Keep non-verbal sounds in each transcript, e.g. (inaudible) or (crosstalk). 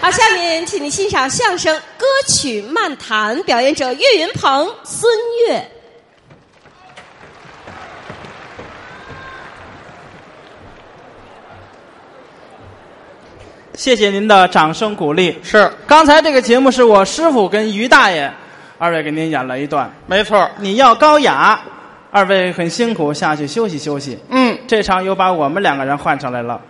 好，下面请您欣赏相声《歌曲漫谈》，表演者岳云鹏、孙越。谢谢您的掌声鼓励。是，刚才这个节目是我师傅跟于大爷二位给您演了一段。没错儿。你要高雅，二位很辛苦，下去休息休息。嗯，这场又把我们两个人换上来了，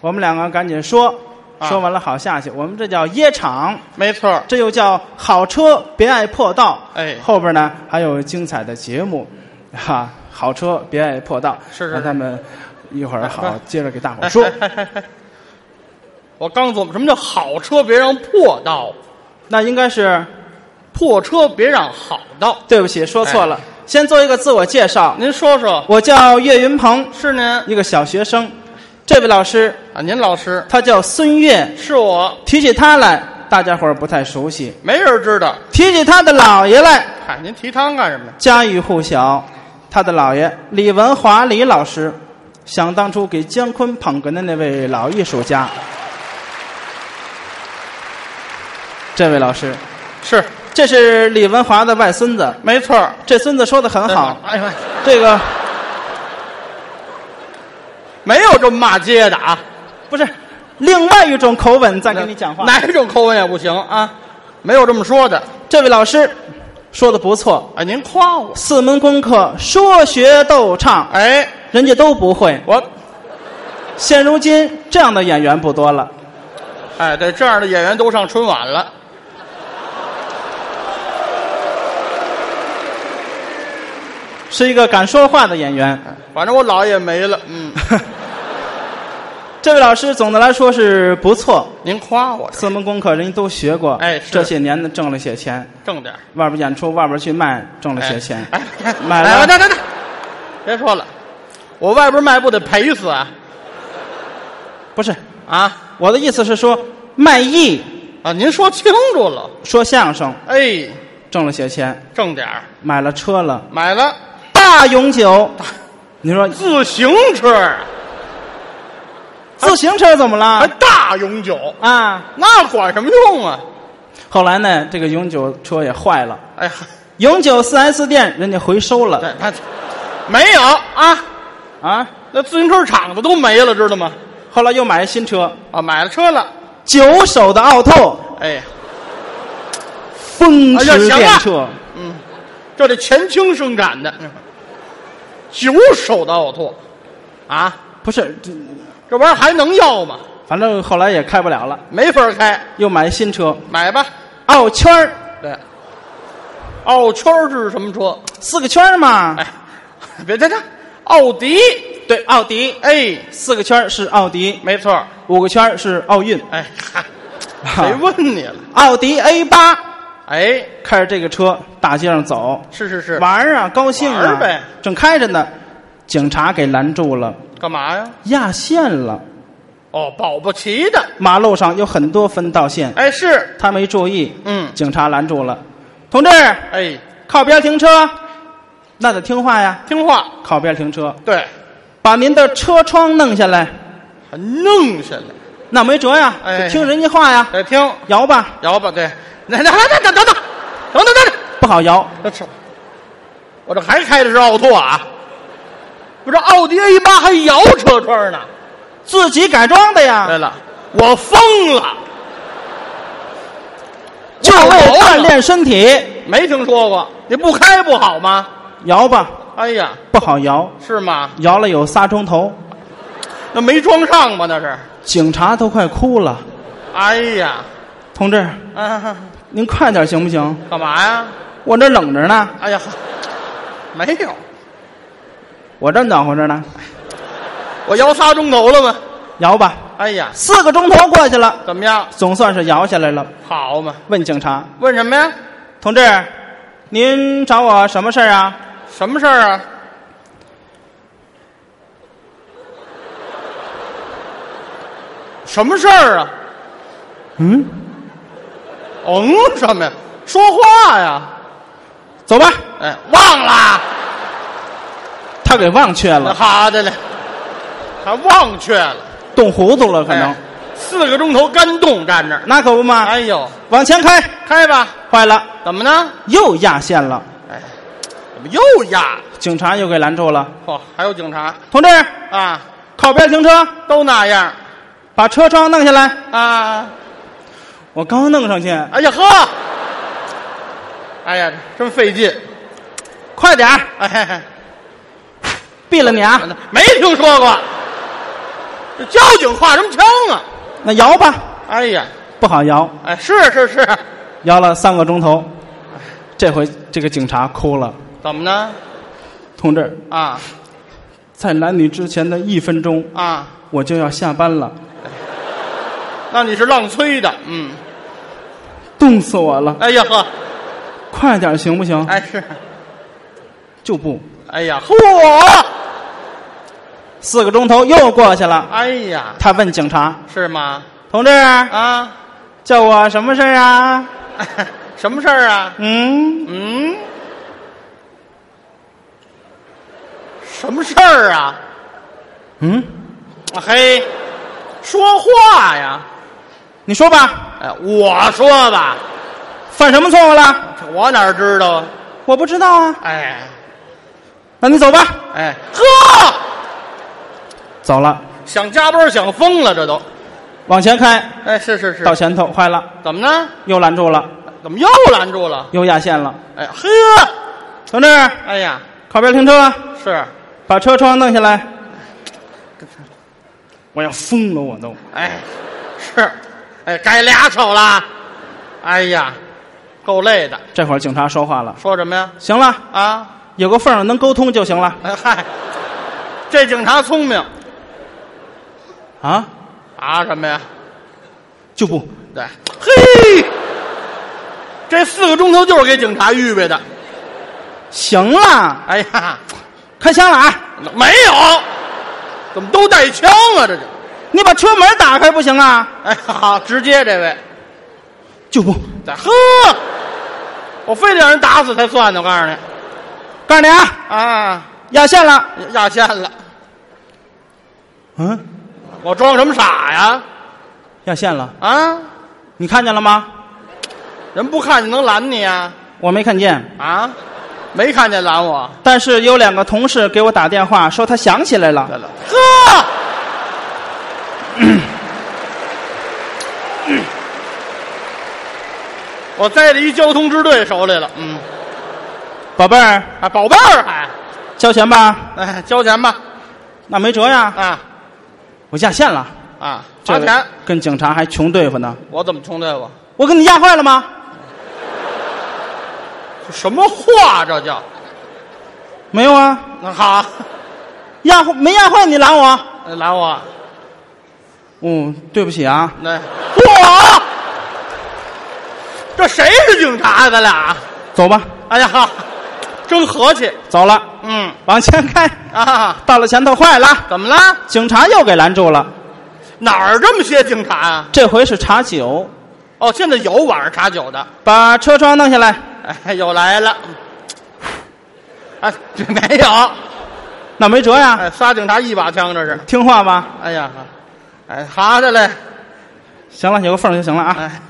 我们两个赶紧说，啊说完了好下去。我们这叫掖场，没错儿。这又叫好车别爱破道。哎后边呢还有精彩的节目，哈、好车别爱破道，是是是让他们一会儿好哎好接着给大伙儿说。哎哎哎哎 (laughs) 我刚琢磨，什么叫好车别让破道，那应该是破车别让好道。对不起，说错了。先做一个自我介绍，您说说，我叫岳云鹏，是您一个小学生。这位老师啊？您老师他叫孙越，是我，提起他来，大家伙儿不太熟悉；没人知道。提起他的姥爷来，嗨，您提汤干什么呀？家喻户晓。他的姥爷李文华李老师，想当初给姜昆捧哏的那位老艺术家。这位老师，是，这是李文华的外孙子，没错儿。这孙子说的很好。哎呀，哎这个没有这么骂街的啊！不是另外一种口吻在跟你讲话。 (laughs) 哪一种口吻也不行啊！没有这么说的。这位老师说的不错，哎，您夸我。四门功课说学逗唱，哎，人家都不会。我，现如今这样的演员不多了，哎，对，这样的演员都上春晚了。是一个敢说话的演员。反正我姥爷没了。嗯， (laughs) 这位老师总的来说是不错，您夸我四门功课人家都学过。哎是这些年呢挣了些钱，挣点儿。外边演出外边去卖挣了哎些钱。哎，哎买哎了等等等，别说了，我外边卖不得赔死啊不是啊我的意思是说卖艺啊！您说清楚了，说相声哎，挣了些钱，挣点儿，买了车了，买了大永久。你说自行车啊，自啊行车怎么还了？大永久，啊，那管什么用啊？后来呢，这个永久车也坏了，哎呀，永久 4S 店人家回收了那那没有啊，啊。那自行车厂子都没了，知道吗？后来又买了新车，啊，买了车了，九手的奥拓，哎呀，风哎驰呀行电了掣，嗯，这得前清生产的，九手的奥拓，啊，不是，这这玩意儿还能要吗？反正后来也开不了了，没法儿开，又买新车，买吧。奥圈儿对，奥圈儿是什么车？四个圈儿嘛，哎，别别别，奥迪。对，奥迪哎，四个圈儿是奥迪，没错儿。五个圈儿是奥运，哎， (laughs) 嗨哎谁问你了？ (laughs) 奥迪 A 八哎，开着这个车大街上走，是是是，玩儿啊，高兴玩啊儿呗，正开着呢，警察给拦住了，干嘛呀？压线了。哦，保不齐的。马路上有很多分道线，哎，是，他没注意，嗯，警察拦住了。同志，哎，靠边停车，那得听话呀，听话。靠边停车，对，把您的车窗弄下来，还弄下来。那没辙呀，哎得听人家话呀，得听，摇吧，摇吧。对，那那那等等等等等等不好摇，等，这是，我这还开的是奥拓啊。不是奥迪 A 八还摇车窗呢。自己改装的呀对，了，我疯了，就为锻炼身体，没听说过。你不开不好吗？摇吧，哎呀，不好摇，是吗？摇了有仨钟头，那没装上吗？那是。警察都快哭了。哎呀，同志，啊，您快点行不行？干嘛呀？我这冷着呢，哎呀，没有，我这暖和着呢，我摇仨钟头了吗？摇吧。哎呀，四个钟头过去了，怎么样？总算是摇下来了。好嘛？问警察问什么呀？同志：“您找我什么事儿啊什么事儿啊？？”什么事儿啊？嗯，嗯，什么呀？说话呀？走吧。哎，忘了。他给忘却那了，好的嘞，还忘却了，冻糊涂了，可能、哎四个钟头干冻站那儿。那可不嘛，哎呦，往前开，开吧，坏了，怎么呢？又压线了，哎，怎么又压？警察又给拦住了。嚯、哦还有警察同志，啊，靠边停车，都那样把车窗弄下来。啊。我刚弄上去，哎呀呵，哎呀，真费劲。快点儿，哎嘿嘿。毙了你啊！没听说过。这交警画什么枪啊？那摇吧，哎呀，不好摇，哎，是是是，摇了三个钟头，这回这个警察哭了。怎么呢？同志，啊在拦你之前的一分钟，啊，我就要下班了，那你是浪催的，嗯，冻死我了！哎呀呵，快点儿行不行？哎是，就不，哎呀嚯，四个钟头又过去了。哎呀，他问警察是吗？：“同志，啊， (laughs) 叫我什么事儿啊？”哎什么事儿啊？嗯，嗯，什么事儿啊？嗯，嘿，说话呀！你说吧，哎，我说吧，犯什么错误了？这我哪知道啊？我不知道啊。哎那你走吧。哎，呵，走了，想加班想疯了，这都。往前开，哎，是是是到，前头，坏了，怎么呢？又拦住了，怎么又拦住了？又压线了。哎呵，同志，哎呀，靠边停车，是，把车窗弄下来。我要疯了，我都。哎，是，哎，该俩手了。哎呀，够累的。这会儿警察说话了，说什么呀？行了，啊，有个缝儿能沟通就行了哎嗨，这警察聪明啊，啊？什么呀？就不。对，嘿，这四个钟头就是给警察预备的。行了，哎呀，开枪了啊！没有，怎么都带枪啊？这就。你把车门打开不行啊？哎，好，直接这位，就不。呵，我非得让人打死才算呢！我告诉你，告诉你啊，啊，压线了。压线了，嗯，我装什么傻呀？压线了，啊，你看见了吗？人不看见能拦你啊？我没看见，啊，没看见拦我？但是有两个同事给我打电话说他想起来了。对了，呵， (coughs) 我栽在一交通支队手里了，嗯，宝贝儿，啊，宝贝儿，哎，交钱吧？哎，交钱吧，那没辙呀，啊我压线了。啊，这花个钱，跟警察还穷对付呢。我怎么冲队伍？我给你压坏了吗？什么话这叫？没有啊，那 (laughs) 好，压坏没压坏你拦我？拦我，嗯，对不起啊，那我，这谁是警察呀？啊咱俩，走吧，哎呀，哈，真和气，走了，嗯往前开，啊，到了前头，坏了，怎么了？警察又给拦住了。哪儿这么些警察啊？这回是查酒，哦，现在有晚上查酒的，把车窗弄下来，哎，又来了，哎，这没有，那没辙呀，哎，仨警察一把枪，这是，听话吧。哎呀，哈哎，哈的嘞，行了，有个缝儿就行了啊。哎，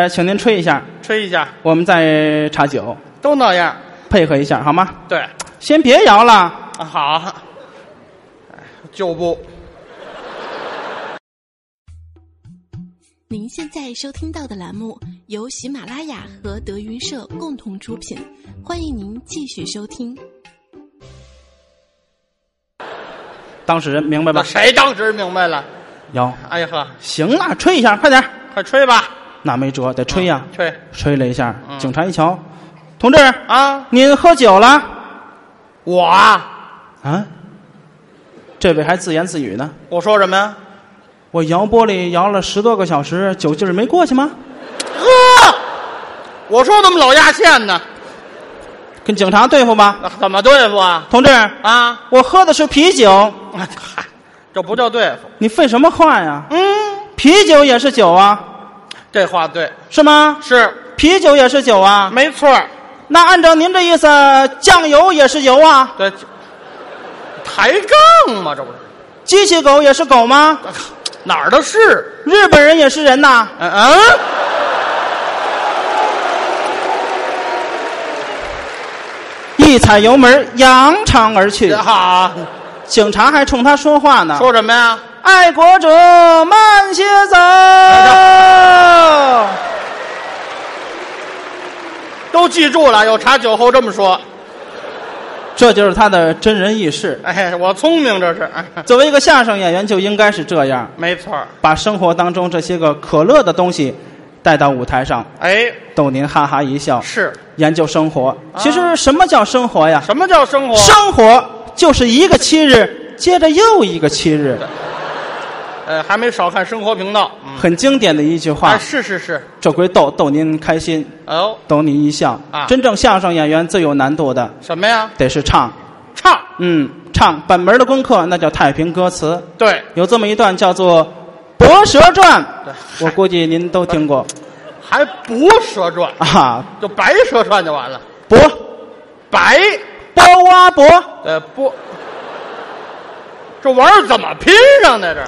呃，请您吹一下，吹一下，我们再查酒，都那样，配合一下好吗？对，先别摇了，啊好，哎就不。您现在收听到的栏目由喜马拉雅和德云社共同出品，欢迎您继续收听。当事人明白吧那？谁当时明白了？摇，哎呀呵，行了，吹一下，快点儿。快吹吧，那没辙，得吹呀。吹吹了一下，嗯警察一瞧，同志，啊！您喝酒了我啊，啊？这位还自言自语呢。我说什么呀？我摇玻璃摇了十多个小时，酒劲儿没过去吗？呵，我说怎么老压线呢？跟警察对付吧，那怎么对付啊？同志，啊，我喝的是啤酒，嗨， (laughs) 这不叫对付。你废什么话呀？嗯，啤酒也是酒啊，这话对，是吗？是啤酒也是酒啊，没错儿。那按照您这意思，酱油也是油啊，对，抬杠嘛，这不是？机器狗也是狗吗？哪儿的事？日本人也是人呐。嗯嗯，一踩油门，扬长而去这。哈，警察还冲他说话呢啊说什么呀？：“爱国者，慢些走。”啊哎都记住了，有茶酒后这么说。这就是他的真人轶事。哎，我聪明这是， (laughs) 哎作为一个相声演员，就应该是这样，没错儿。把生活当中这些个可乐的东西带到舞台上，哎，逗您哈哈一笑。是研究生活，其实什么叫生活呀？什么叫啊生活？生活就是一个七日接着又一个七日，呃，还没少看生活频道。嗯，很经典的一句啊，话。是是是。这回逗逗您开心，哦，逗你一笑。啊真正相声演员最有难度的什么呀？得是唱，唱。嗯，唱本门的功课那叫太平歌词。对，有这么一段叫做《博蛇传》，对我估计您都听过还不蛇传，啊。就白蛇传就完了。博白，包挖博，呃，不，这玩意儿怎么拼上的这？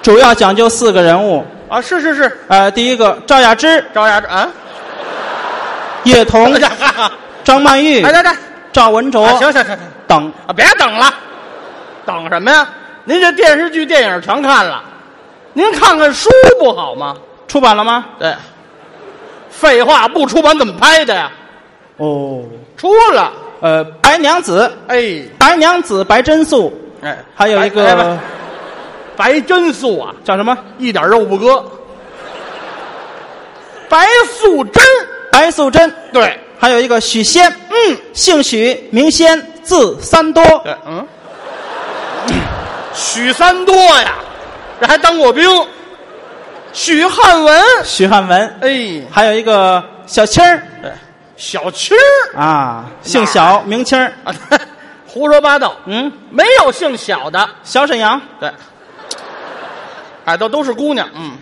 主要讲究四个人物。啊，是是是，呃，第一个赵雅芝、赵雅芝啊，叶童 (laughs) 哎、呀哈哈，张曼玉、 (laughs) 哎，来来，赵文卓啊行行行行，等。啊，别等了，等什么呀？您这电视剧、电影全看了，您看看书不好吗？出版了吗？对，废话，不出版怎么拍的呀？哦，出了，呃，白娘子、哎白娘子、白贞素，哎，还有一白个白白真素啊，叫什么？一点肉不割，白素贞，白素贞，对，还有一个许仙，嗯，姓许，名仙，字三多。对，嗯，许三多呀，这还当过兵，许汉文，徐汉文，哎，还有一个小青儿对小青儿啊，姓小，名青儿。啊，胡说八道，嗯，没有姓小的，小沈阳，对，哎，都都是姑娘，嗯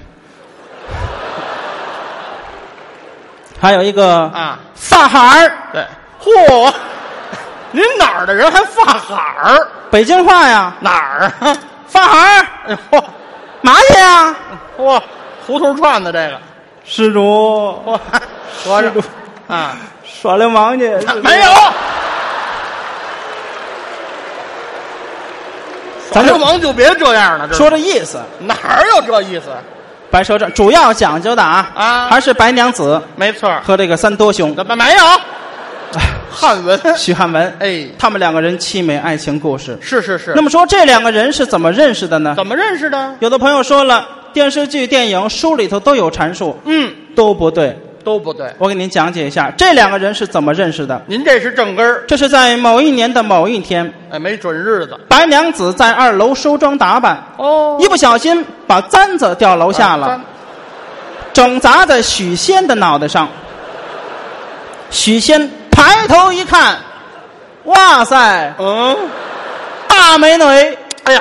还有一个啊，发海儿，对，嚯，您哪儿的人还发海儿？北京话呀，哪儿啊？发海儿，哎嚯，嘛去呀？嚯，胡同串子这个，施主，嚯，合着啊，耍流氓去？没有，耍咱就流氓就别这样了，这说这意思。哪儿有这意思？白蛇传主要讲究的啊啊还是白娘子没错儿，和这个三多兄怎么没有？哎汉文，徐汉文，哎他们两个人凄美爱情故事。是是是，那么说这两个人是怎么认识的呢？怎么认识的？有的朋友说了，电视剧、电影、书里头都有阐述，嗯，都不对。都不对。我给您讲解一下，这两个人是怎么认识的。您这是正根儿，这是在某一年的某一天，哎，没准日子白娘子在二楼梳妆打扮，哦一不小心把簪子掉楼啊下了，整砸在许仙的脑袋上。许仙抬头一看，哇塞，嗯，大美女！哎呀，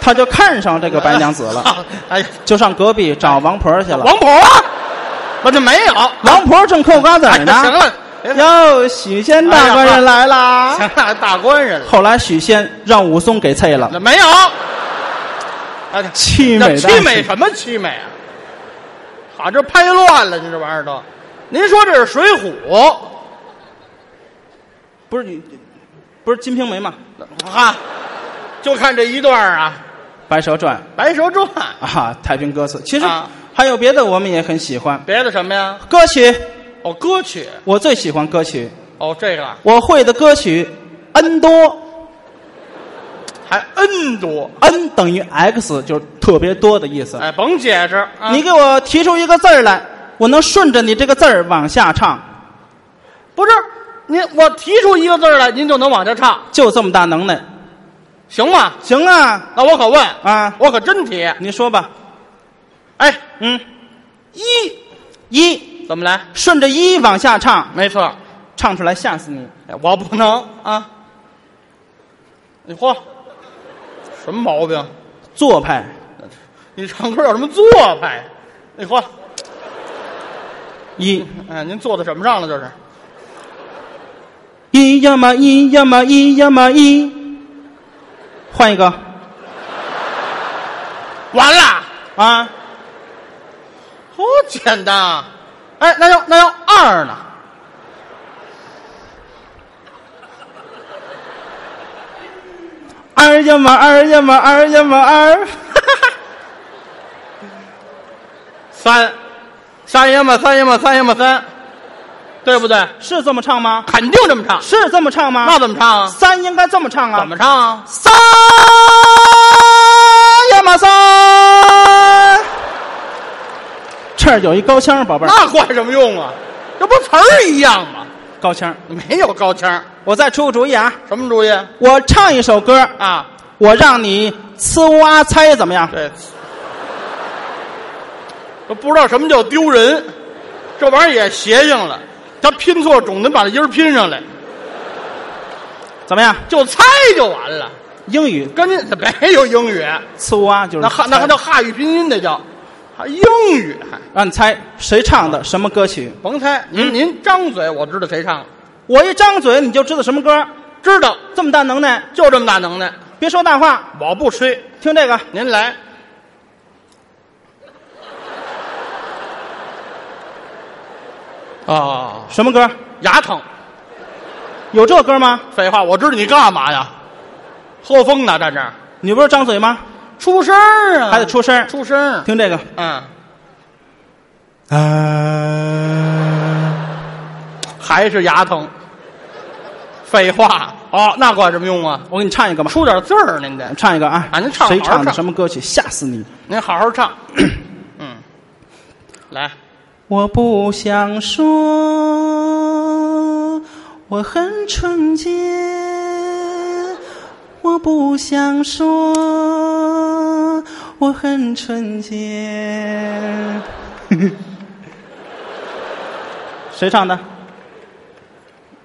他就看上这个白娘子 (laughs) 了，啊，哎呀，就上隔壁找王婆去了。王婆啊，我这没有。王婆正嗑瓜子哎儿呀，呢。行了，别哟，许仙大官人来啦！行了，大官人了，后来许仙让武松给啐了，那没有。哎呀，凄那美的凄美什么凄美啊？好，这拍乱了，您这玩意儿都。您说这是《水浒不是你，不是《金瓶梅》吗？》啊？就看这一段儿啊， 《白蛇传《白蛇传》，》啊，太平歌词。其实啊还有别的，我们也很喜欢别的什么呀？歌曲。哦，歌曲，我最喜欢歌曲，哦，这个啊我会的歌曲 n 多还 N 多， ，n 等于 x 就是特别多的意思。哎，甭解释，啊你给我提出一个字儿来，我能顺着你这个字儿往下唱，不是您，我提出一个字儿来，您就能往下唱，就这么大能耐。行吗？行啊那我可问，啊，我可真提，你说吧，哎，嗯，一一怎么来？顺着一往下唱，没错，唱出来吓死你。哎我不能啊！你嚯，什么毛病？做派，你唱歌有什么做派？你嚯，一哎，您坐在什么上了？这是一呀嘛一呀嘛一呀嘛一，换一个，完了，啊！好简单啊！哎，那要那要二呢？二呀嘛，二呀嘛，二呀嘛，二。三，三爷嘛，三爷嘛，三爷嘛，三，对不对？是这么唱吗？肯定这么唱，是这么唱吗？那怎么唱啊？三应该这么唱啊？怎么唱啊？三呀嘛三？这儿有一高腔，宝贝儿，那管什么用啊？这不词儿一样吗？高腔。没有高腔，我再出个主意啊，什么主意我唱一首歌，啊？我让你呲呜啊猜怎么样？对，都不知道什么叫丢人，这玩意儿也邪性了。他拼错种子，把这音儿拼上来，怎么样？就猜就完了。英语跟您没有英语，呲呜啊就是那汉那还猜叫汉语拼音的叫，还英语还让你猜谁唱的什么歌曲？甭猜。您、您张嘴，我知道谁唱了，我一张嘴你就知道什么歌，知道这么大能耐，就这么大能耐。别说大话，我不吹，听这个，您来。啊、什么歌？牙疼。有这歌吗？废话，我知道你干嘛呀？喝风呢，站这儿你不是张嘴吗？出声儿啊，还得出声儿，出声儿。听这个。嗯，呃啊，还是牙疼。废话，哦，那管什么用啊？我给你唱一个吧，出点字儿，您得，唱一个啊！啊您唱谁好好唱的唱什么歌曲？吓死你！您好好 (clears throat) 唱。嗯，来，我不想说，我很纯洁。我不想说，我很纯洁。谁唱的？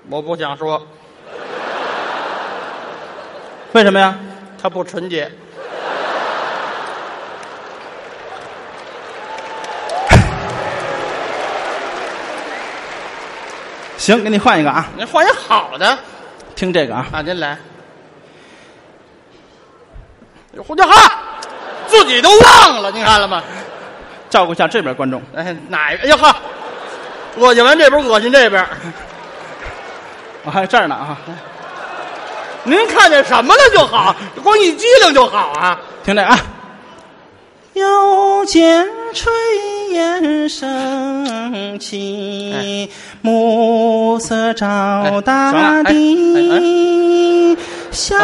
我不想说，为什么呀？它不纯洁。行，给你换一个啊，您换一好的听这个啊。啊，您来。胡家哈，自己都忘了，您看了吗？照顾一下这边观众。哎，哪个？哎呀呵，恶心完这边，恶心这边。我还有这儿呢啊，您看见什么了就好，光一机灵就好啊。听这个啊。又见炊烟升起，暮色照大地。想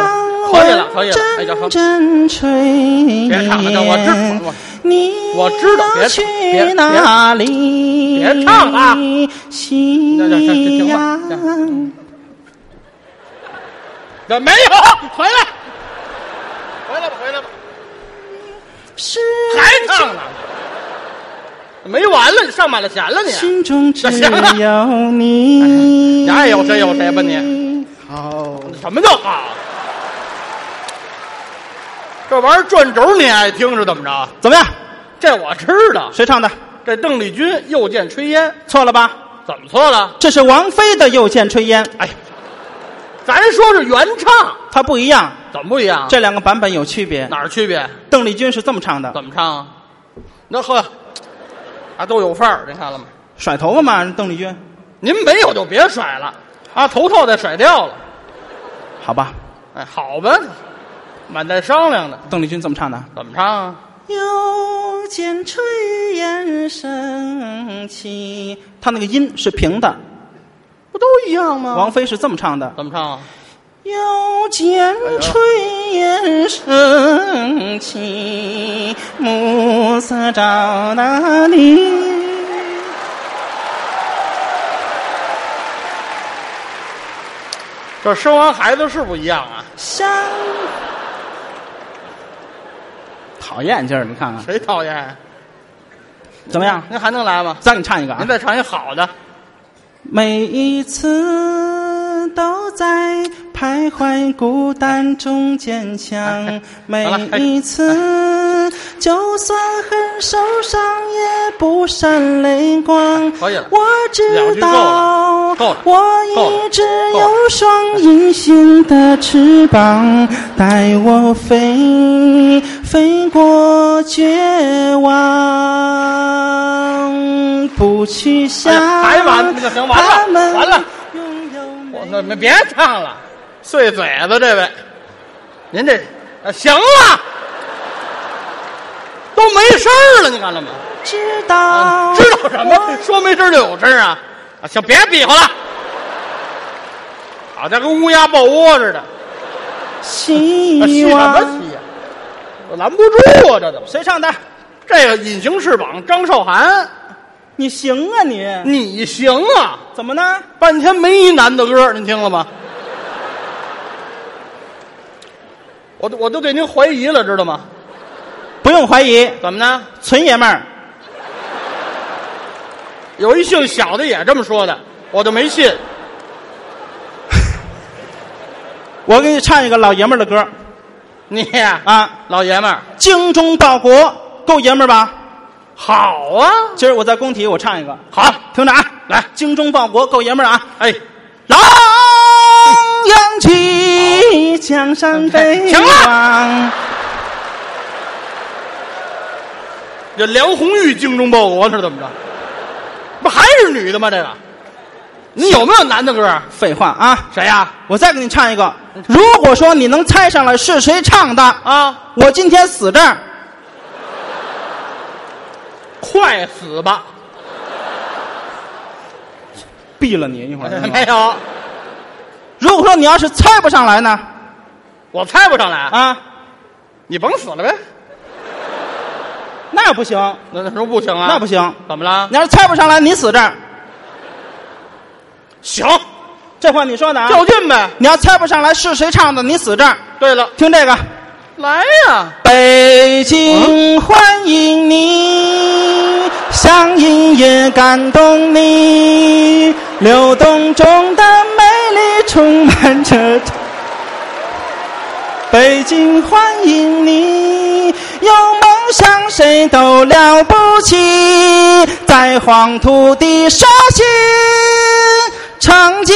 问阵阵炊别唱了烟我，你我知道别要唱去哪里？别别唱了啊夕那那那停了阳。那没有，回来，回来吧，回来吧，是还唱呢，没完了，你上马了弦了你。心中只行了有你。 (laughs) 你哎爱有谁有谁吧你。好，什么叫好？这玩意儿转轴你爱听是怎么着？怎么样？这我知道，谁唱的？这邓丽君《又见炊烟错了吧？》怎么错了？这是王菲的《又见炊烟》，哎，咱说是原唱，它不一样，怎么不一样？这两个版本有区别哪。儿区别？邓丽君是这么唱的：怎么唱啊？那呵，啊都有范儿，您看了吗？甩头发嘛，邓丽君，您没有就别甩了，啊头套再甩掉了。好吧？哎，好吧，满带商量的，邓丽君这么唱的。怎么唱啊？又见炊烟升起，它那个音是平的。不都一样吗王菲是这么唱的：怎么唱啊？又见炊烟升起，暮色照大地。这生完孩子是不一样啊？香。讨厌劲儿，你看看谁讨厌？啊怎么样？您还能来吗？再给你唱一个啊您！再唱一好的，每一次都在徘徊孤单中坚 (laughs) 强，每一次就算很受伤也不闪泪光。 (laughs) 可以了我知道两句够了够了，我一直有双隐形的翅膀，带我飞，飞过绝望，不去想、哎呀还完不行完了他们完了拥有我美那没别唱了，碎嘴子这位，您这、啊、行了，都没声儿了，你看了吗？知道嗯知道什么？说没声儿就有声儿啊！啊，行，别比划了，好家伙跟乌鸦抱窝似的，啊希戏什么望。戏呀、我拦不住啊，这怎么？谁唱的？这个隐形翅膀，张韶涵，你行啊你？你行啊！怎么呢？半天没一男的歌，您听了吗？我都我都对您怀疑了，知道吗？不用怀疑，怎么呢？纯爷们儿。有一姓小的也这么说的，我就没信。我给你唱一个老爷们儿的歌你呀、啊，老爷们儿，精忠报国，够爷们儿吧？好啊，今儿我在工体，我唱一个，好，听着啊，来精忠报国，够爷们儿啊！哎，狼扬起江山北哎行望，这梁红玉精忠报国是怎么着？不还是女的吗？这个，你有没有男的歌？废话啊！谁呀、我再给你唱一个，如果说你能猜上来是谁唱的，啊？我今天死这儿。快死吧！毙了你一 (laughs) 会儿。 (laughs) 没有，哎如果说你要是猜不上来呢？我猜不上来。啊，你甭死了呗。那不行，那那时候不行啊，那不行。怎么了你？要是猜不上来，你死这儿。行，这话你说的啊？较劲呗。你要猜不上来是谁唱的，你死这儿。对了，听这个，来呀！北京欢迎你，乡音也感动你，流动中的美丽充满着。北京欢迎你，有梦想谁都了不起，在黄土地刷新成绩。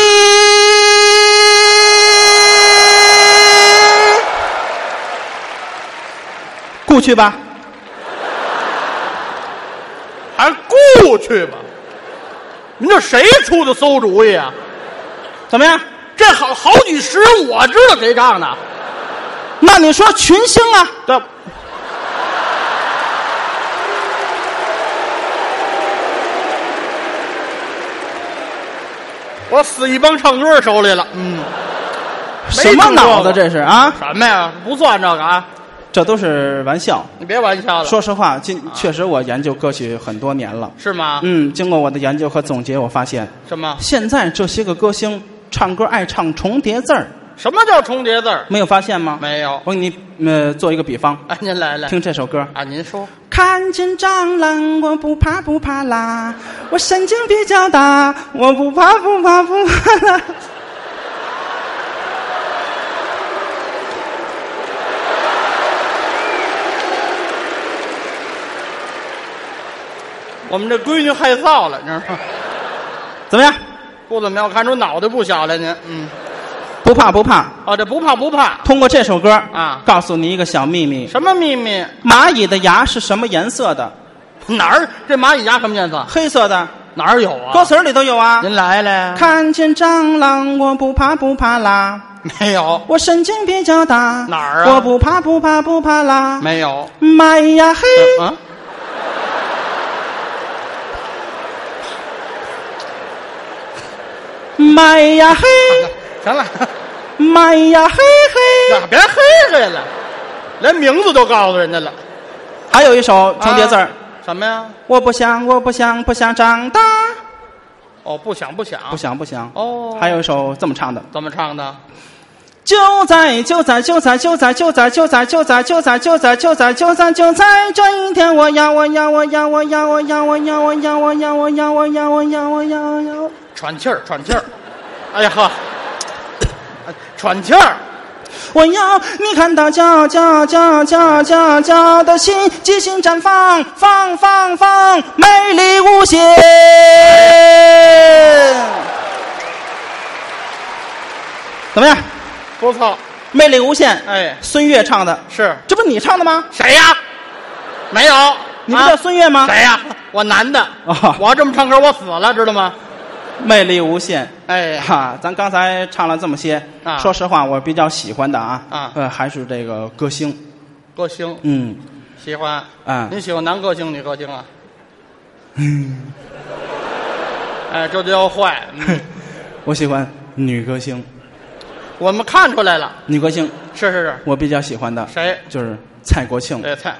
故去吧，还雇去吧。您这谁出的馊主意啊？怎么样？这好好几十，我知道谁唱的。那你说群星啊？这我死一帮唱歌手里了。嗯，什么脑子这是啊？什么呀？不算这个啊！这都是玩 (laughs) 笑。你别玩笑了，说实话，今确实我研究歌曲很多年了。是吗？嗯，经过我的研究和总结，我发现什么？现在这些个歌星唱歌爱唱重叠字儿，什么叫重叠字儿？没有发现吗？没有。我给你呃做一个比方，哎，您来来，听这首歌。啊，您说看见蟑螂我不怕不怕啦，我神经比较大，我不怕不怕不怕啦。我们这闺女害臊了，你知道吗？ (laughs) 怎么样？不怎么样，我看出脑袋不小来您。嗯，不怕不怕。哦，这不怕不怕，通过这首歌啊告诉你一个小秘密：什么秘密？蚂蚁的牙是什么颜色的？哪儿？这蚂蚁牙什么颜色？黑色的，哪儿有啊？歌词儿里都有啊。您来来，看见蟑螂我不怕不怕啦，没有，我神经比较大。哪儿啊我不怕不怕不怕啦。没有。妈呀嘿！啊？妈呀嘿！行 (laughs) 了，妈呀嘿嘿！别嘿嘿了，连名字都告诉人家了。还有一首重叠字儿、啊什么呀？我不想我不想不想长大，哦，不想不想不想不想。哦还有一首这么唱的：怎么唱的？就在就在就在就在就在就在就在就在就在就在就在就在这一天，我要我要我要我要我要我要我要我要我要我要我要我要我要。喘气儿，喘气儿。哎呀呵，哎喘气儿。我要你看到骄骄骄骄骄骄的心，激情绽放，放放放，美丽无限。怎么样？不错，魅力无限。哎孙悦唱的，是这不你唱的吗？谁呀？没有，你不叫孙悦吗？啊谁呀？我男的哦，我要这么唱歌，我死了，知道吗？魅力无限。哎，哈，咱刚才唱了这么些，啊说实话，我比较喜欢的啊，啊呃，还是这个歌星，歌星嗯，喜欢，嗯 (laughs) 您喜欢男歌星、女歌星啊？哎，这就要坏，嗯我喜欢女歌星，我们看出来了，女歌星，是是是，我比较喜欢的谁？就是蔡国庆，哎，菜。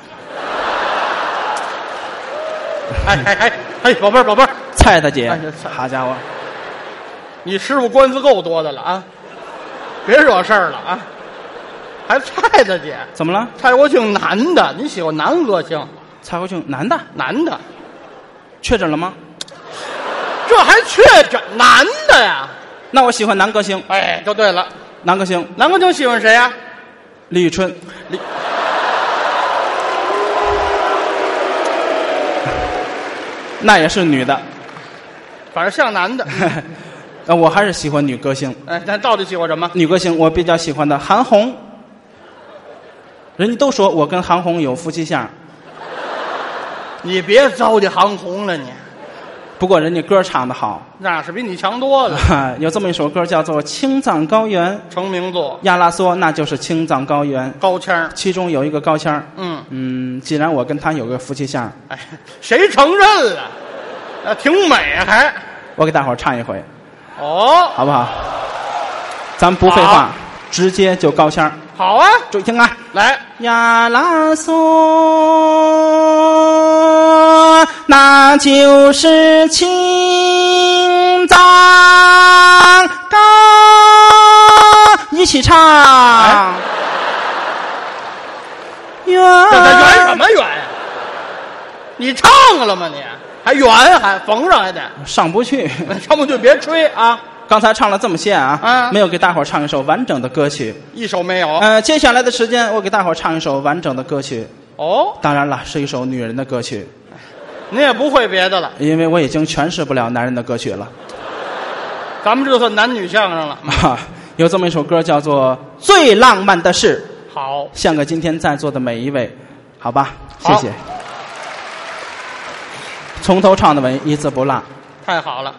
哎哎哎哎，宝贝儿宝贝儿，蔡大姐哎这，蔡好家伙，你师傅官司够多的了啊，别惹事儿了啊！还蔡大姐，怎么了？蔡国庆男的，你喜欢男歌星？蔡国庆男的男的，确诊了吗？这还确诊男的呀？那我喜欢男歌星，哎，就对了，男歌星男歌星喜欢谁啊呀、李宇春， (laughs) 那也是女的， (laughs) 反正像男的。呃，我还是喜欢女歌星，哎，咱到底喜欢什么？女歌星我比较喜欢的韩红，人家都说我跟韩红有夫妻相，你别糟践韩红了你，不过人家歌唱的好， (laughs) 那是比你强多了。有这么一首歌叫做《青藏高原》，成名作亚拉索那就是青藏高原，高腔儿，其中有一个高腔儿，嗯，嗯，既然我跟他有个夫妻相，哎，谁承认了？啊，挺美还我给大伙儿唱一回，哦，好不好？咱不废话好，直接就高腔儿，好啊，注意听啊！来，呀拉索，那就是青藏高，一起唱。哎圆、这这圆什么圆呀？你唱了吗你？还圆还缝上还得，上不去。要不就别吹啊，刚才唱了这么些啊，啊没有给大伙儿唱一首完整的歌曲。一首没有呃，接下来的时间我给大伙儿唱一首完整的歌曲，哦，当然了，是一首女人的歌曲，你也不会别的了，因为我已经诠释不了男人的歌曲了。咱们这算男女相声了。 (laughs) 啊，有这么一首歌叫做《最浪漫的事好》，，献给今天在座的每一位，好吧？谢好谢。从头唱到尾，一字不落。太好了，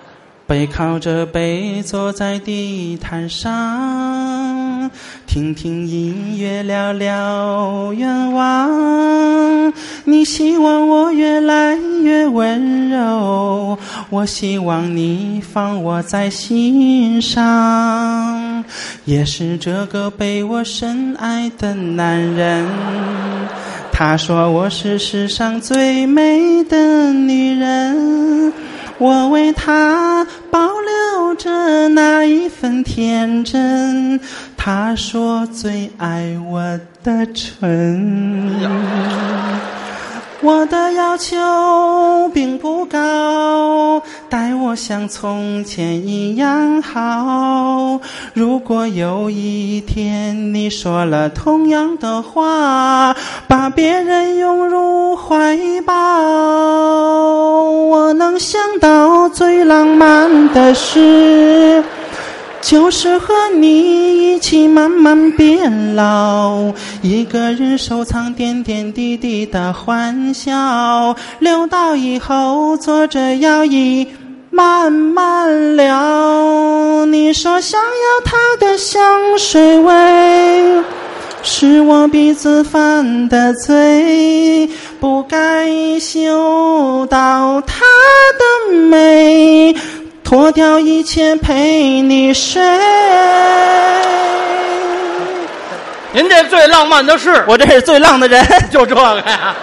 背靠着背坐在地毯上，听听音乐聊聊愿望。你希望我越来越温柔，我希望你放我在心上。也是这个被我深爱的男人，他说我是世上最美的女人。我为他保留着那一份天真。他说最爱我的唇。我的要求并不高，待我像从前一样好。如果有一天你说了同样的话，把别人拥入怀抱，我能想到最浪漫的事。就是和你一起慢慢变老，一个人收藏点点滴滴的欢笑，留到以后坐着摇椅慢慢聊。你说想要他的香水味。是我鼻子犯的罪，不该嗅到她的美，脱掉一切陪你睡。您这最浪漫的事，我这是最浪的人，就这个呀，